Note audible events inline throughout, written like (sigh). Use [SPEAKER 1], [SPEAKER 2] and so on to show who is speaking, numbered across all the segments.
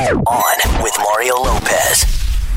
[SPEAKER 1] on with Mario Lopez.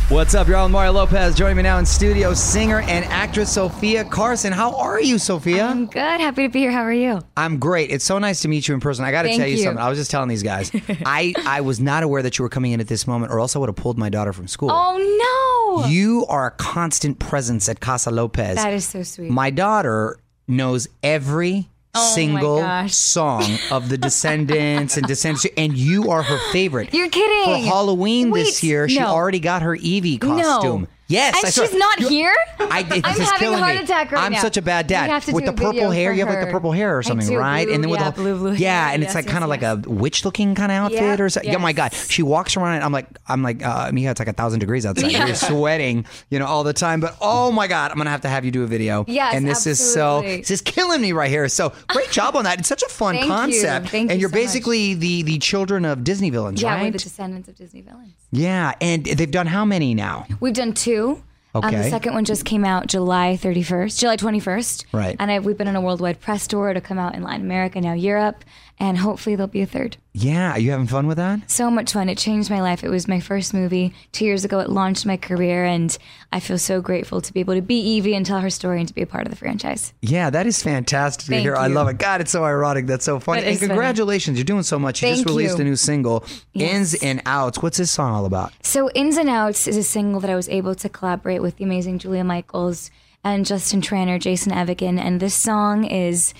[SPEAKER 2] What's up, y'all? I'm Mario Lopez. Joining me now in studio, singer and actress Sophia Carson. How are you, Sophia?
[SPEAKER 3] I'm good. Happy to be here. How are you?
[SPEAKER 2] I'm great. It's so nice to meet you in person. I got to
[SPEAKER 3] Thank
[SPEAKER 2] tell you,
[SPEAKER 3] you.
[SPEAKER 2] something. I was just telling these guys,
[SPEAKER 3] (laughs)
[SPEAKER 2] I I was not aware that you were coming in at this moment, or else I would have pulled my daughter from school.
[SPEAKER 3] Oh no,
[SPEAKER 2] You are a constant presence at Casa Lopez.
[SPEAKER 3] that is so sweet. Oh
[SPEAKER 2] my daughter knows every
[SPEAKER 3] my
[SPEAKER 2] single
[SPEAKER 3] gosh.
[SPEAKER 2] song of the Descendants and Descendants, and you are her favorite.
[SPEAKER 3] You're kidding.
[SPEAKER 2] For Halloween this
[SPEAKER 3] Wait,
[SPEAKER 2] year, she
[SPEAKER 3] no.
[SPEAKER 2] already got her Evie costume.
[SPEAKER 3] No.
[SPEAKER 2] Yes,
[SPEAKER 3] and
[SPEAKER 2] I saw-
[SPEAKER 3] she's not
[SPEAKER 2] You-
[SPEAKER 3] here.
[SPEAKER 2] I, this
[SPEAKER 3] (laughs)
[SPEAKER 2] is
[SPEAKER 3] I'm having
[SPEAKER 2] killing
[SPEAKER 3] a heart
[SPEAKER 2] me.
[SPEAKER 3] attack right
[SPEAKER 2] I'm
[SPEAKER 3] now.
[SPEAKER 2] such a bad
[SPEAKER 3] We
[SPEAKER 2] dad.
[SPEAKER 3] have to
[SPEAKER 2] With
[SPEAKER 3] do
[SPEAKER 2] the
[SPEAKER 3] a
[SPEAKER 2] purple
[SPEAKER 3] video
[SPEAKER 2] hair,
[SPEAKER 3] for
[SPEAKER 2] you have like the
[SPEAKER 3] her.
[SPEAKER 2] purple hair or
[SPEAKER 3] I
[SPEAKER 2] something,
[SPEAKER 3] do,
[SPEAKER 2] right?
[SPEAKER 3] blue-
[SPEAKER 2] and then with
[SPEAKER 3] yeah,
[SPEAKER 2] the
[SPEAKER 3] blue, blue
[SPEAKER 2] yeah,
[SPEAKER 3] hair.
[SPEAKER 2] and it's
[SPEAKER 3] Yes,
[SPEAKER 2] like
[SPEAKER 3] yes,
[SPEAKER 2] kind of like
[SPEAKER 3] yes.
[SPEAKER 2] a witch looking kind of outfit
[SPEAKER 3] Yeah,
[SPEAKER 2] or something. Oh my god,
[SPEAKER 3] yes.
[SPEAKER 2] she walks around. And I'm like, I'm like, uh, I mean, yeah, it's like a thousand degrees outside. You're sweating, you know, all the time. But oh my god, I'm gonna have to have you do a video.
[SPEAKER 3] Yes,
[SPEAKER 2] and this is so
[SPEAKER 3] absolutely.
[SPEAKER 2] this is killing me right here. So great job on that. It's such a fun
[SPEAKER 3] Thank you.
[SPEAKER 2] concept.
[SPEAKER 3] Thank
[SPEAKER 2] and
[SPEAKER 3] you
[SPEAKER 2] you're
[SPEAKER 3] so much.
[SPEAKER 2] basically the the children of Disney villains,
[SPEAKER 3] yeah, we're
[SPEAKER 2] right?
[SPEAKER 3] the descendants of Disney villains.
[SPEAKER 2] yeah, and they've done how many now?
[SPEAKER 3] We've done two. Um,
[SPEAKER 2] Okay.
[SPEAKER 3] the second one just came out July 31st, July 21st.
[SPEAKER 2] Right.
[SPEAKER 3] And I, we've been on a worldwide press tour to come out in Latin America, now Europe, and hopefully there'll be a third.
[SPEAKER 2] Yeah, are you having fun with that?
[SPEAKER 3] So much fun. It changed my life. It was my first movie. Two years ago, it launched my career, and I feel so grateful to be able to be Evie and tell her story and to be a part of the franchise.
[SPEAKER 2] Yeah, that is fantastic to
[SPEAKER 3] Thank
[SPEAKER 2] hear. I
[SPEAKER 3] you.
[SPEAKER 2] love it. God, it's so ironic. That's so funny.
[SPEAKER 3] That
[SPEAKER 2] and
[SPEAKER 3] is funny.
[SPEAKER 2] congratulations, you're doing so much. You just
[SPEAKER 3] Thank
[SPEAKER 2] released a
[SPEAKER 3] you.
[SPEAKER 2] new single, Ins and Outs. What's this song all about?
[SPEAKER 3] So, Ins and Outs is a single that I was able to collaborate with the amazing Julia Michaels and Justin Tranter, Jason Evigan, and this song is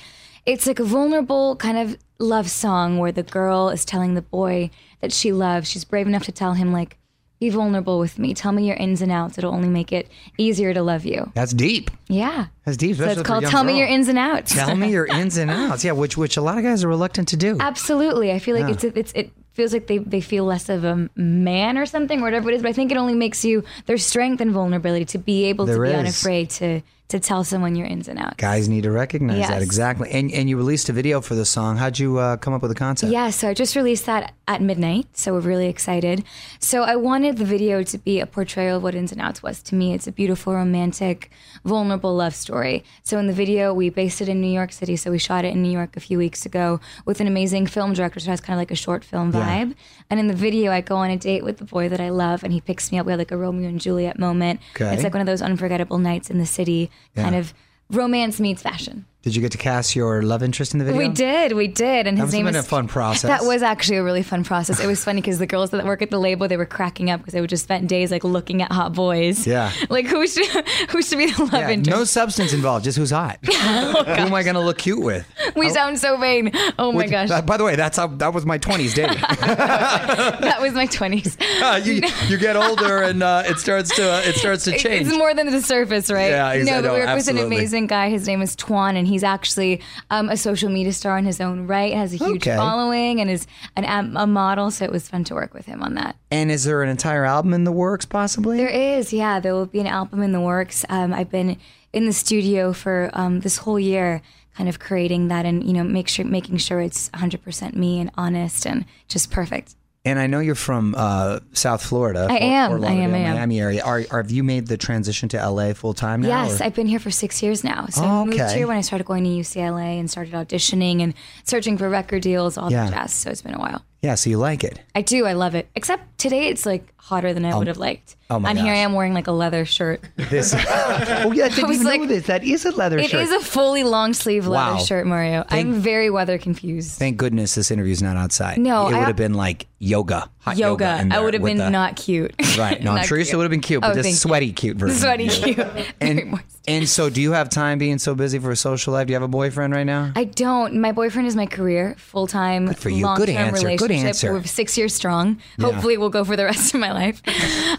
[SPEAKER 3] it's like a vulnerable kind of love song where the girl is telling the boy that she loves. She's brave enough to tell him like be vulnerable with me. Tell me your ins and outs. It'll only make it easier to love you.
[SPEAKER 2] That's deep.
[SPEAKER 3] Yeah.
[SPEAKER 2] That's deep.
[SPEAKER 3] So
[SPEAKER 2] especially for
[SPEAKER 3] it's
[SPEAKER 2] a
[SPEAKER 3] called
[SPEAKER 2] young
[SPEAKER 3] Tell Me
[SPEAKER 2] girl.
[SPEAKER 3] Your Ins and Outs.
[SPEAKER 2] Tell me your ins
[SPEAKER 3] (laughs)
[SPEAKER 2] and outs. Yeah, which which a lot of guys are reluctant to do.
[SPEAKER 3] Absolutely. I feel like it's, it's it feels like they, they feel less of a man or something or whatever it is, but I think it only makes you their strength and vulnerability to be able
[SPEAKER 2] There
[SPEAKER 3] to be
[SPEAKER 2] is.
[SPEAKER 3] unafraid to to tell someone your ins and outs.
[SPEAKER 2] Guys need to recognize that
[SPEAKER 3] Yes.
[SPEAKER 2] exactly. And and you released a video for the song. How'd you uh, come up with the concept?
[SPEAKER 3] Yeah, so I just released that at midnight, so we're really excited. So I wanted the video to be a portrayal of what Ins and Outs was to me. It's a beautiful, romantic, vulnerable love story. So in the video, we based it in New York City, so we shot it in New York a few weeks ago with an amazing film director, so it has kind of like a short film vibe. And in the video, I go on a date with the boy that I love, and he picks me up. We had like a Romeo and Juliet moment.
[SPEAKER 2] Okay.
[SPEAKER 3] It's like one of those unforgettable nights in the city, kind of romance meets fashion.
[SPEAKER 2] Did you get to cast your love interest in the video?
[SPEAKER 3] We did, we did, and
[SPEAKER 2] That
[SPEAKER 3] his
[SPEAKER 2] must have
[SPEAKER 3] name
[SPEAKER 2] been
[SPEAKER 3] is-
[SPEAKER 2] a fun process.
[SPEAKER 3] That was actually a really fun process. It was funny because the girls that work at the label they were cracking up because they would just spend days like looking at hot boys.
[SPEAKER 2] Yeah.
[SPEAKER 3] (laughs) like who should who should be the love
[SPEAKER 2] Yeah, no
[SPEAKER 3] interest? Oh,
[SPEAKER 2] substance involved, just who's
[SPEAKER 3] (laughs)
[SPEAKER 2] hot. Who am I going to look cute with?
[SPEAKER 3] we sound so vain. Oh my
[SPEAKER 2] Which-
[SPEAKER 3] gosh,
[SPEAKER 2] uh, by the way, that's how oh. that was my 20s
[SPEAKER 3] (laughs)
[SPEAKER 2] dating.
[SPEAKER 3] that was my
[SPEAKER 2] (laughs)
[SPEAKER 3] twenties.
[SPEAKER 2] Uh, you, you get older and uh, it starts to uh, it starts to change.
[SPEAKER 3] It's more than the surface, right?
[SPEAKER 2] Yeah, exa-
[SPEAKER 3] No, but
[SPEAKER 2] no,
[SPEAKER 3] we work with an
[SPEAKER 2] absolutely.
[SPEAKER 3] amazing guy. His name is Tuan, and he's actually um, a social media star in his own right. Has a huge
[SPEAKER 2] Okay.
[SPEAKER 3] following and is an, am- a model. So it was fun to work with him on that.
[SPEAKER 2] and is there an entire album in the works possibly?
[SPEAKER 3] There is, yeah. There will be an album in the works. Um, I've been in the studio for um, this whole year, kind of creating that, and you know, make sure making sure it's 100% me and honest and just perfect.
[SPEAKER 2] and I know you're from uh, South Florida.
[SPEAKER 3] I
[SPEAKER 2] Fort-
[SPEAKER 3] am,
[SPEAKER 2] Fort
[SPEAKER 3] I am, I
[SPEAKER 2] Lauderdale,
[SPEAKER 3] am.
[SPEAKER 2] Miami area. Are, are, have you made the transition to LA full time now?
[SPEAKER 3] Yes,
[SPEAKER 2] or-
[SPEAKER 3] I've been here for six years now. So I moved
[SPEAKER 2] Okay.
[SPEAKER 3] here when I started going to UCLA and started auditioning and searching for record deals, all
[SPEAKER 2] Yeah.
[SPEAKER 3] that jazz. So it's been a while.
[SPEAKER 2] yeah, so you like it.
[SPEAKER 3] I do. I love it. Except today, it's like hotter than I would have liked.
[SPEAKER 2] oh my
[SPEAKER 3] and here
[SPEAKER 2] gosh.
[SPEAKER 3] I am wearing like a leather shirt. (laughs)
[SPEAKER 2] This. oh yeah, I didn't
[SPEAKER 3] was
[SPEAKER 2] even know
[SPEAKER 3] like-
[SPEAKER 2] this. That is a leather
[SPEAKER 3] It
[SPEAKER 2] shirt.
[SPEAKER 3] is a fully long sleeve leather
[SPEAKER 2] Wow.
[SPEAKER 3] shirt, Mario. I'm very weather confused.
[SPEAKER 2] Thank goodness this interview's not outside.
[SPEAKER 3] No,
[SPEAKER 2] it
[SPEAKER 3] I-
[SPEAKER 2] would have been like yoga, hot yoga.
[SPEAKER 3] yoga.
[SPEAKER 2] in
[SPEAKER 3] I
[SPEAKER 2] there
[SPEAKER 3] would have
[SPEAKER 2] with
[SPEAKER 3] been
[SPEAKER 2] the-
[SPEAKER 3] not cute.
[SPEAKER 2] (laughs)
[SPEAKER 3] (laughs)
[SPEAKER 2] right. No, I'm
[SPEAKER 3] Not
[SPEAKER 2] sure you still would have been cute, but
[SPEAKER 3] Oh, thank
[SPEAKER 2] this
[SPEAKER 3] you.
[SPEAKER 2] sweaty cute version.
[SPEAKER 3] (laughs) Sweaty
[SPEAKER 2] Yeah.
[SPEAKER 3] cute. (laughs) Very
[SPEAKER 2] And,
[SPEAKER 3] moist.
[SPEAKER 2] and so, do you have time being so busy for a social life? Do you have a boyfriend right now?
[SPEAKER 3] I don't. My boyfriend is my career, full time,
[SPEAKER 2] for you. Good
[SPEAKER 3] long term
[SPEAKER 2] answer. Good
[SPEAKER 3] relationship.
[SPEAKER 2] answer.
[SPEAKER 3] We're six years strong. Hopefully, we'll go for the rest of
[SPEAKER 2] (laughs)
[SPEAKER 3] my life.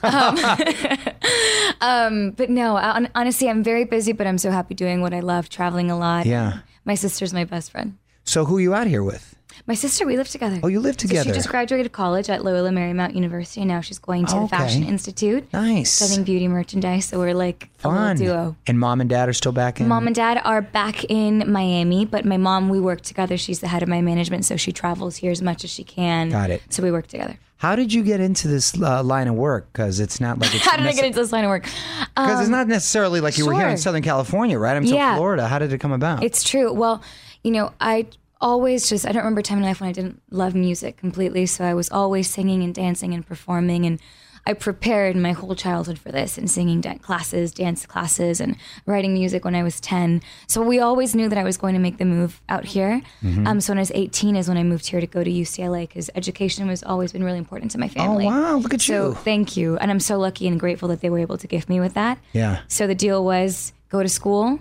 [SPEAKER 3] Um, (laughs) um, but no, hon- honestly, I'm very busy, but I'm so happy doing what I love, traveling a lot.
[SPEAKER 2] Yeah.
[SPEAKER 3] My sister's my best friend.
[SPEAKER 2] So, who are you out here with?
[SPEAKER 3] My sister, we live together.
[SPEAKER 2] Oh, you live
[SPEAKER 3] So
[SPEAKER 2] together.
[SPEAKER 3] she just graduated college at Loyola Marymount University, and now she's going to
[SPEAKER 2] Oh, Okay.
[SPEAKER 3] the Fashion Institute,
[SPEAKER 2] Nice.
[SPEAKER 3] studying beauty merchandise. So we're like a
[SPEAKER 2] Fun.
[SPEAKER 3] little duo.
[SPEAKER 2] And mom and dad are still back in.
[SPEAKER 3] Mom and dad are back in Miami, but my mom, we work together. She's the head of my management, so she travels here as much as she can.
[SPEAKER 2] Got it.
[SPEAKER 3] So we work together.
[SPEAKER 2] How did you get into this uh, line of work? Because it's not
[SPEAKER 3] (laughs)
[SPEAKER 2] like it's
[SPEAKER 3] How did I get
[SPEAKER 2] necess-
[SPEAKER 3] into this line of work? Um,
[SPEAKER 2] Because it's not necessarily like you were here in
[SPEAKER 3] sure.
[SPEAKER 2] Southern California, right? I'm from
[SPEAKER 3] Yeah.
[SPEAKER 2] Florida. How did it come about?
[SPEAKER 3] it's true. Well, you know, I always just, I don't remember a time in life when I didn't love music completely. So I was always singing and dancing and performing. And I prepared my whole childhood for this and singing dan- classes, dance classes, and writing music when I was 10. So we always knew that I was going to make the move out here.
[SPEAKER 2] Mm-hmm.
[SPEAKER 3] Um, so when I was 18 is when I moved here to go to UCLA because education was always been really important to my family.
[SPEAKER 2] Oh, wow, look at
[SPEAKER 3] so
[SPEAKER 2] you.
[SPEAKER 3] thank you. And I'm so lucky and grateful that they were able to gift me with that.
[SPEAKER 2] Yeah.
[SPEAKER 3] So the deal was go to school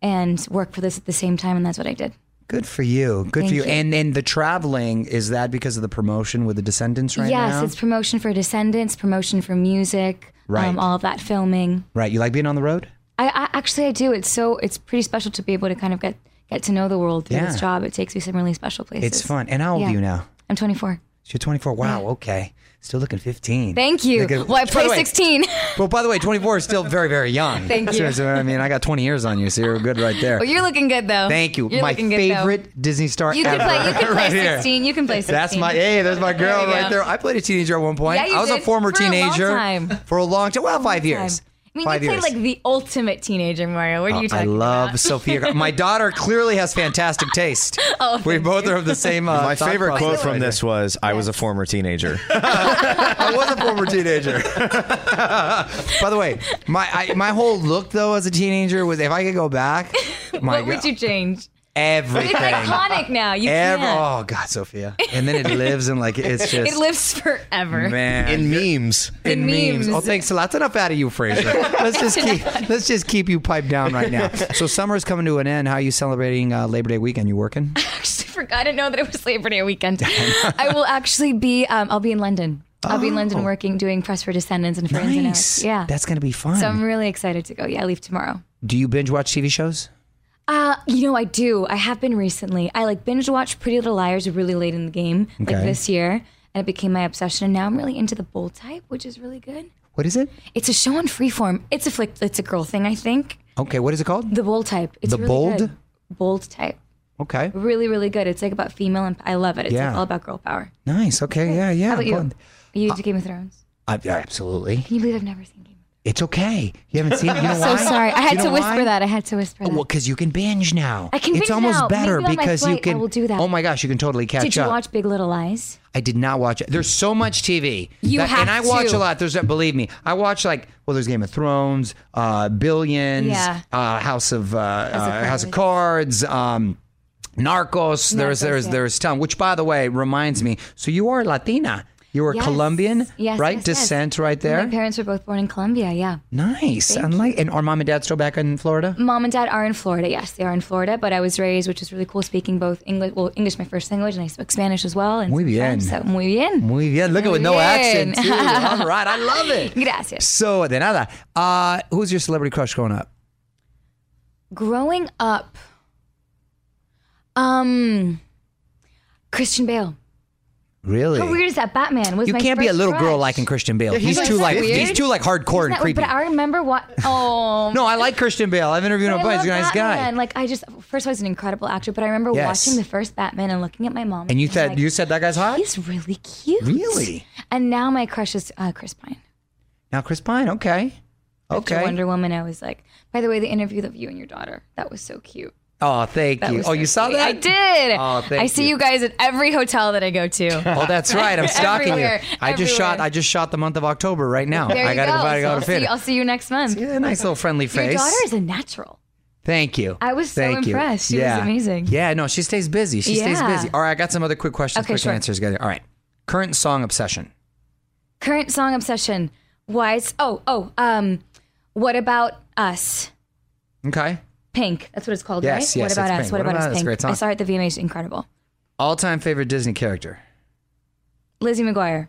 [SPEAKER 3] and work for this at the same time, and that's what I did.
[SPEAKER 2] Good for you. Good
[SPEAKER 3] Thank
[SPEAKER 2] for you.
[SPEAKER 3] you.
[SPEAKER 2] And then the traveling is that because of the promotion with the Descendants right
[SPEAKER 3] yes,
[SPEAKER 2] now?
[SPEAKER 3] it's promotion for Descendants, promotion for music,
[SPEAKER 2] Right.
[SPEAKER 3] um, all of that filming.
[SPEAKER 2] right. You like being on the road?
[SPEAKER 3] I, I actually I do. It's so it's pretty special to be able to kind of get get to know the world through
[SPEAKER 2] Yeah.
[SPEAKER 3] this job. It takes you some really special places.
[SPEAKER 2] It's fun. And how old
[SPEAKER 3] Yeah.
[SPEAKER 2] are you now?
[SPEAKER 3] I'm 24.
[SPEAKER 2] So you're 24. Wow. Okay. Still looking 15.
[SPEAKER 3] Thank you.
[SPEAKER 2] Look at-
[SPEAKER 3] well, I
[SPEAKER 2] By
[SPEAKER 3] play
[SPEAKER 2] the way-
[SPEAKER 3] 16.
[SPEAKER 2] Well, by the way, 24 is still very, very young.
[SPEAKER 3] Thank you.
[SPEAKER 2] Seriously, I mean, I got 20 years on you, so you're good right there.
[SPEAKER 3] (laughs) well, you're looking good though.
[SPEAKER 2] Thank you.
[SPEAKER 3] Oh, You're
[SPEAKER 2] my
[SPEAKER 3] looking good, though.
[SPEAKER 2] favorite Disney star
[SPEAKER 3] You can
[SPEAKER 2] ever.
[SPEAKER 3] play.
[SPEAKER 2] (laughs)
[SPEAKER 3] You can play
[SPEAKER 2] right here.
[SPEAKER 3] 16. You can play 16.
[SPEAKER 2] That's my eh, hey. There's my girl
[SPEAKER 3] There you
[SPEAKER 2] right
[SPEAKER 3] go.
[SPEAKER 2] there. I played a teenager at one point.
[SPEAKER 3] Yeah, you
[SPEAKER 2] I was a
[SPEAKER 3] did.
[SPEAKER 2] former
[SPEAKER 3] For a long
[SPEAKER 2] teenager
[SPEAKER 3] time.
[SPEAKER 2] for a long time. Well, five
[SPEAKER 3] time.
[SPEAKER 2] years.
[SPEAKER 3] I mean,
[SPEAKER 2] five
[SPEAKER 3] you
[SPEAKER 2] years. Oh,
[SPEAKER 3] played like the ultimate teenager, Mario. What are you
[SPEAKER 2] I
[SPEAKER 3] talking
[SPEAKER 2] love
[SPEAKER 3] about?
[SPEAKER 2] Sophia. Gar- My daughter clearly has fantastic
[SPEAKER 3] (laughs)
[SPEAKER 2] taste.
[SPEAKER 3] Oh,
[SPEAKER 2] we both are of the same. Uh,
[SPEAKER 4] My
[SPEAKER 2] thought
[SPEAKER 4] favorite quote
[SPEAKER 2] process
[SPEAKER 4] from
[SPEAKER 2] right
[SPEAKER 4] this was, "I was a former (laughs) teenager."
[SPEAKER 2] there. I was a
[SPEAKER 4] (laughs)
[SPEAKER 2] former teenager. By the way, my I, my whole look though as a teenager was if I could go back, my
[SPEAKER 3] (laughs) What would
[SPEAKER 2] God, (laughs)
[SPEAKER 3] you change? (laughs) It's
[SPEAKER 2] everything.
[SPEAKER 3] iconic now. You
[SPEAKER 2] Ev-
[SPEAKER 3] can't.
[SPEAKER 2] oh God, Sophia. And then it lives and like it's just
[SPEAKER 3] (laughs) It lives forever.
[SPEAKER 2] man
[SPEAKER 4] In memes,
[SPEAKER 2] in
[SPEAKER 3] In
[SPEAKER 2] memes.
[SPEAKER 3] memes.
[SPEAKER 2] Oh, thanks a lot. That's enough out of you, Fraser. Let's just
[SPEAKER 3] (laughs)
[SPEAKER 2] keep let's just keep you piped down right now. So summer's coming to an end. How are you celebrating uh, Labor Day weekend? You working?
[SPEAKER 3] (laughs) actually forgot. I didn't know that it was Labor Day
[SPEAKER 2] (laughs)
[SPEAKER 3] weekend. I will actually be. Um, I'll be in London. I'll be in London working, doing press for Descendants and for Ins and Outs. Yeah,
[SPEAKER 2] Oh. That's gonna be fun.
[SPEAKER 3] so I'm really excited to go. Yeah, I leave tomorrow.
[SPEAKER 2] Do you binge watch TV shows?
[SPEAKER 3] Uh, you know, I do. I have been recently. I like binge watched Pretty Little Liars really late in the game, like
[SPEAKER 2] Okay.
[SPEAKER 3] this year, and it became my obsession. And now I'm really into the bold type, which is really good.
[SPEAKER 2] What is it?
[SPEAKER 3] It's a show on Freeform. It's a flick. It's a girl thing, I think.
[SPEAKER 2] Okay, what is it called?
[SPEAKER 3] The bold type. It's
[SPEAKER 2] The
[SPEAKER 3] really
[SPEAKER 2] bold?
[SPEAKER 3] good. bold type.
[SPEAKER 2] Okay.
[SPEAKER 3] Really, really good. It's like about female, and I love it. It's
[SPEAKER 2] Yeah.
[SPEAKER 3] like all about girl power.
[SPEAKER 2] Nice. Okay, yeah, yeah.
[SPEAKER 3] How about you?
[SPEAKER 2] fun.
[SPEAKER 3] Are you into Game of Thrones?
[SPEAKER 2] I- yeah, absolutely.
[SPEAKER 3] Can you believe I've never seen Game of
[SPEAKER 2] It's okay. You haven't
[SPEAKER 3] (laughs)
[SPEAKER 2] seen it. You know
[SPEAKER 3] So
[SPEAKER 2] why?
[SPEAKER 3] sorry. I had
[SPEAKER 2] You know
[SPEAKER 3] to whisper
[SPEAKER 2] why? Oh,
[SPEAKER 3] that. I had to whisper that.
[SPEAKER 2] Well, because you can binge now.
[SPEAKER 3] I can
[SPEAKER 2] It's
[SPEAKER 3] binge
[SPEAKER 2] almost
[SPEAKER 3] now.
[SPEAKER 2] better
[SPEAKER 3] Maybe on my
[SPEAKER 2] because you
[SPEAKER 3] flight I
[SPEAKER 2] can.
[SPEAKER 3] will do that.
[SPEAKER 2] Oh my gosh, you can totally catch
[SPEAKER 3] Did you
[SPEAKER 2] up.
[SPEAKER 3] watch Big Little Lies?
[SPEAKER 2] I did not watch it. There's so much TV.
[SPEAKER 3] You
[SPEAKER 2] that, and I
[SPEAKER 3] have
[SPEAKER 2] watch
[SPEAKER 3] to.
[SPEAKER 2] a lot. There's believe me. I watch like well, there's Game of Thrones, uh, Billions,
[SPEAKER 3] Yeah.
[SPEAKER 2] uh, House of uh, House,
[SPEAKER 3] of
[SPEAKER 2] uh, House of Cards. Um, Narcos, there's there's there's ton. Which, by the way, reminds me. So you are Latina. You are
[SPEAKER 3] Yes.
[SPEAKER 2] Colombian,
[SPEAKER 3] Yes,
[SPEAKER 2] right?
[SPEAKER 3] yes, yes.
[SPEAKER 2] Descent, right there.
[SPEAKER 3] My parents were both born in Colombia. Yeah.
[SPEAKER 2] nice. And like, and are mom and dad still back in Florida?
[SPEAKER 3] Mom and dad are in Florida. Yes, they are in Florida. But I was raised, which is really cool, speaking both English. Well, English my first language, and I spoke Spanish as well. And
[SPEAKER 2] Muy
[SPEAKER 3] some
[SPEAKER 2] bien.
[SPEAKER 3] French, so muy bien.
[SPEAKER 2] Muy bien. Look at with
[SPEAKER 3] Muy
[SPEAKER 2] no accent.
[SPEAKER 3] (laughs) bien.
[SPEAKER 2] Too. All right, I love it.
[SPEAKER 3] Gracias.
[SPEAKER 2] So de nada. Uh, who's your celebrity crush growing up?
[SPEAKER 3] Growing up, um, Christian Bale.
[SPEAKER 2] Really?
[SPEAKER 3] How weird is that? Batman was
[SPEAKER 2] You
[SPEAKER 3] my
[SPEAKER 2] can't be a
[SPEAKER 3] first
[SPEAKER 2] little girl
[SPEAKER 3] crush.
[SPEAKER 2] liking Christian Bale. he's,
[SPEAKER 3] like
[SPEAKER 2] too like
[SPEAKER 3] weird.
[SPEAKER 2] he's too like hardcore and
[SPEAKER 3] Isn't that weird?
[SPEAKER 2] creepy.
[SPEAKER 3] But I remember what. Oh
[SPEAKER 2] (laughs) no, I like Christian Bale. I've interviewed him,
[SPEAKER 3] But I
[SPEAKER 2] but he's a
[SPEAKER 3] love
[SPEAKER 2] nice
[SPEAKER 3] Batman.
[SPEAKER 2] guy.
[SPEAKER 3] Like I just first of all, he's an incredible actor, but I remember
[SPEAKER 2] Yes.
[SPEAKER 3] watching the first Batman and looking at my mom.
[SPEAKER 2] And you
[SPEAKER 3] being
[SPEAKER 2] said
[SPEAKER 3] like,
[SPEAKER 2] you said that guy's hot.
[SPEAKER 3] he's really cute.
[SPEAKER 2] Really?
[SPEAKER 3] And now my crush is uh, Chris Pine.
[SPEAKER 2] Now Chris Pine. Okay.
[SPEAKER 3] After
[SPEAKER 2] Okay.
[SPEAKER 3] Wonder Woman, I was like, by the way, the interview of you and your daughter, that was so cute.
[SPEAKER 2] Oh, thank
[SPEAKER 3] That
[SPEAKER 2] you.
[SPEAKER 3] was
[SPEAKER 2] Oh,
[SPEAKER 3] so
[SPEAKER 2] you saw
[SPEAKER 3] cute.
[SPEAKER 2] that?
[SPEAKER 3] I did.
[SPEAKER 2] Oh, thank
[SPEAKER 3] I see
[SPEAKER 2] you.
[SPEAKER 3] you guys at every hotel that I go
[SPEAKER 2] (laughs)
[SPEAKER 3] to.
[SPEAKER 2] Oh, that's right. I'm stalking you.
[SPEAKER 3] Everywhere,
[SPEAKER 2] I just shot.
[SPEAKER 3] everywhere.
[SPEAKER 2] I just shot the month of October right now.
[SPEAKER 3] There you
[SPEAKER 2] I gotta
[SPEAKER 3] go.
[SPEAKER 2] go. I
[SPEAKER 3] So I'll,
[SPEAKER 2] gotta fit.
[SPEAKER 3] see,
[SPEAKER 2] it.
[SPEAKER 3] I'll see you next month.
[SPEAKER 2] Yeah, nice little friendly
[SPEAKER 3] Your
[SPEAKER 2] face.
[SPEAKER 3] daughter is a natural.
[SPEAKER 2] Thank you.
[SPEAKER 3] I was so
[SPEAKER 2] Thank you.
[SPEAKER 3] impressed. She was amazing.
[SPEAKER 2] Yeah, no, she stays busy. She stays
[SPEAKER 3] Yeah.
[SPEAKER 2] busy. All right, I got some other quick questions,
[SPEAKER 3] Okay,
[SPEAKER 2] quick
[SPEAKER 3] sure.
[SPEAKER 2] answers. Together. All right. Current song obsession.
[SPEAKER 3] Current song obsession. Why? It's, oh, oh. Um, what about us?
[SPEAKER 2] Okay.
[SPEAKER 3] Pink. That's what it's called,
[SPEAKER 2] Yes,
[SPEAKER 3] right?
[SPEAKER 2] yes,
[SPEAKER 3] what about
[SPEAKER 2] it's
[SPEAKER 3] us?
[SPEAKER 2] Pink.
[SPEAKER 3] What, about, us?
[SPEAKER 2] It's a
[SPEAKER 3] Pink.
[SPEAKER 2] great song.
[SPEAKER 3] I saw it at the VMAs. Incredible.
[SPEAKER 2] All time favorite Disney character.
[SPEAKER 3] Lizzie
[SPEAKER 2] (laughs)
[SPEAKER 3] McGuire.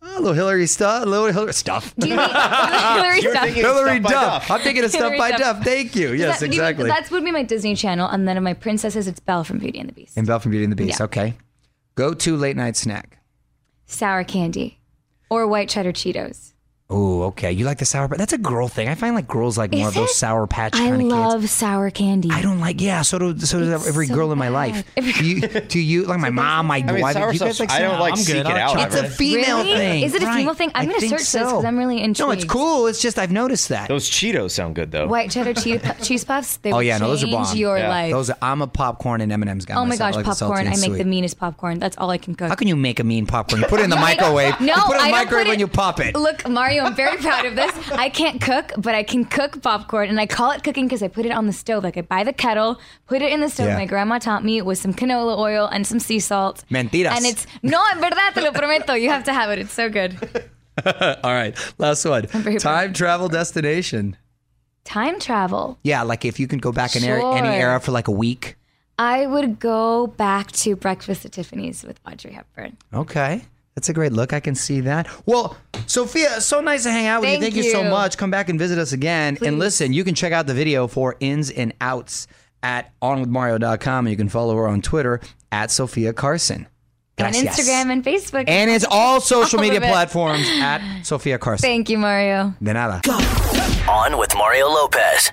[SPEAKER 2] Oh, little Hillary stuff. Little
[SPEAKER 4] (laughs)
[SPEAKER 2] Hillary stuff.
[SPEAKER 3] Do you think Hillary Duff?
[SPEAKER 2] Hillary
[SPEAKER 4] Stuff by
[SPEAKER 2] Duff.
[SPEAKER 4] (laughs)
[SPEAKER 2] I'm thinking of stuff
[SPEAKER 3] Hillary
[SPEAKER 2] by
[SPEAKER 3] Duff.
[SPEAKER 2] Duff. Thank you. Yes,
[SPEAKER 3] That- do you think-
[SPEAKER 2] exactly.
[SPEAKER 3] That would be my Disney Channel, and then of my princesses, it's Belle from Beauty and the Beast.
[SPEAKER 2] and Belle from Beauty and the Beast.
[SPEAKER 3] Yeah.
[SPEAKER 2] Okay. Go to late night snack.
[SPEAKER 3] Sour candy, or white cheddar Cheetos.
[SPEAKER 2] Oh, okay. You like the sour patch? That's a girl thing. I find like girls like more
[SPEAKER 3] Is
[SPEAKER 2] of those
[SPEAKER 3] it?
[SPEAKER 2] sour patch
[SPEAKER 3] I
[SPEAKER 2] kind of kids.
[SPEAKER 3] love sour candy.
[SPEAKER 2] I don't like. Yeah, so do so does
[SPEAKER 3] It's
[SPEAKER 2] every
[SPEAKER 3] so
[SPEAKER 2] girl in my
[SPEAKER 3] bad.
[SPEAKER 2] life.
[SPEAKER 3] Every
[SPEAKER 2] do, you, do you like my mom? My
[SPEAKER 4] I mean,
[SPEAKER 2] wife.
[SPEAKER 4] sour
[SPEAKER 2] you guys
[SPEAKER 4] sauce,
[SPEAKER 2] like
[SPEAKER 4] I
[SPEAKER 2] sour-
[SPEAKER 4] don't like
[SPEAKER 5] I'm
[SPEAKER 4] seek it
[SPEAKER 5] good. I'll
[SPEAKER 4] out.
[SPEAKER 5] try
[SPEAKER 4] I've
[SPEAKER 2] It's a
[SPEAKER 4] read it.
[SPEAKER 2] female
[SPEAKER 3] Really?
[SPEAKER 2] thing.
[SPEAKER 3] Is it a
[SPEAKER 2] Right.
[SPEAKER 3] female thing? I'm
[SPEAKER 2] I
[SPEAKER 3] gonna
[SPEAKER 2] think
[SPEAKER 3] search this 'cause
[SPEAKER 2] so.
[SPEAKER 3] I'm really
[SPEAKER 2] No, it's
[SPEAKER 3] intrigued.
[SPEAKER 2] cool. It's just I've noticed that.
[SPEAKER 4] Those Cheetos sound good though.
[SPEAKER 3] White cheddar
[SPEAKER 2] (laughs)
[SPEAKER 3] cheese, cheese puffs. They
[SPEAKER 2] Oh,
[SPEAKER 3] will
[SPEAKER 2] yeah, no, those are
[SPEAKER 3] change
[SPEAKER 2] bomb.
[SPEAKER 3] your
[SPEAKER 4] Yeah.
[SPEAKER 3] life.
[SPEAKER 2] Those are, I'm a popcorn and M and M's guy.
[SPEAKER 3] oh my
[SPEAKER 2] myself.
[SPEAKER 3] gosh,
[SPEAKER 2] I like the salty
[SPEAKER 3] popcorn!
[SPEAKER 2] and
[SPEAKER 3] I make
[SPEAKER 2] sweet.
[SPEAKER 3] the meanest popcorn. That's all I can cook.
[SPEAKER 2] How can you make a mean popcorn? You put it
[SPEAKER 3] (laughs)
[SPEAKER 2] in the
[SPEAKER 3] Oh my God.
[SPEAKER 2] microwave.
[SPEAKER 3] No,
[SPEAKER 2] you put it in
[SPEAKER 3] I
[SPEAKER 2] the
[SPEAKER 3] don't
[SPEAKER 2] microwave
[SPEAKER 3] put it-
[SPEAKER 2] when you pop it.
[SPEAKER 3] Look, Mario, I'm very proud of this. I can't cook, but I can cook popcorn, and I call it cooking because I put it on the stove. Like I buy the kettle, put it in the stove.
[SPEAKER 2] Yeah.
[SPEAKER 3] My grandma taught me with some canola oil and some sea salt.
[SPEAKER 2] Mentiras.
[SPEAKER 3] And it's no, en verdad te lo prometo. You have to have it. It's so good.
[SPEAKER 2] (laughs) All right, last one.
[SPEAKER 3] very
[SPEAKER 2] Time travel destination.
[SPEAKER 3] Time travel.
[SPEAKER 2] Yeah, like if you can go back in era, any
[SPEAKER 3] Sure.
[SPEAKER 2] era for like a week.
[SPEAKER 3] I would go back to Breakfast at Tiffany's with Audrey Hepburn.
[SPEAKER 2] Okay. That's a great look. I can see that. Well, Sophia, so nice to hang out with you. Thank
[SPEAKER 3] Thank
[SPEAKER 2] you. so
[SPEAKER 3] you.
[SPEAKER 2] much. Come back and visit us again. And listen, you can check out the video for Ins and Outs at onwithmario.com. And you can follow her on Twitter at Sophia Carson.
[SPEAKER 3] On
[SPEAKER 2] Gracias.
[SPEAKER 3] Instagram and Facebook.
[SPEAKER 2] And it's all social
[SPEAKER 3] All of
[SPEAKER 2] media
[SPEAKER 3] it.
[SPEAKER 2] platforms at Sophia Carson.
[SPEAKER 3] Thank you, Mario.
[SPEAKER 2] De nada.
[SPEAKER 1] On with Mario Lopez.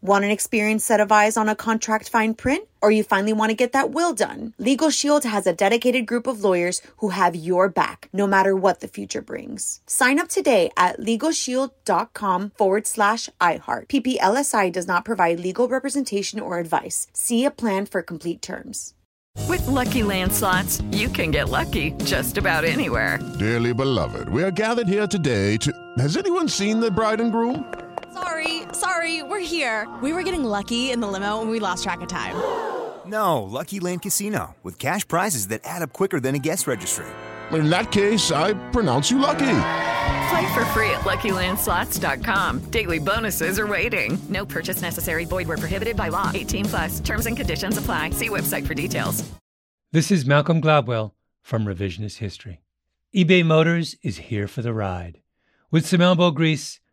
[SPEAKER 6] Want an experienced set of eyes on a contract fine print? Or you finally want to get that will done? Legal Shield has a dedicated group of lawyers who have your back, no matter what the future brings. Sign up today at LegalShield.com forward slash iHeart. PPLSI does not provide legal representation or advice. See a plan for complete terms.
[SPEAKER 7] With Lucky Land slots, you can get lucky just about anywhere.
[SPEAKER 8] Dearly beloved, we are gathered here today to. Has anyone seen the bride and groom?
[SPEAKER 9] Sorry, sorry, we're here. We were getting lucky in the limo and we lost track of time.
[SPEAKER 10] No, Lucky Land Casino, with cash prizes that add up quicker than a guest registry.
[SPEAKER 8] In that case, I pronounce you lucky.
[SPEAKER 7] Play for free at LuckyLandSlots.com. Daily bonuses are waiting. No purchase necessary. Void were prohibited by law. 18 plus. Terms and conditions apply. See website for details.
[SPEAKER 5] This is Malcolm Gladwell from Revisionist History. eBay Motors is here for the ride. With some elbow grease,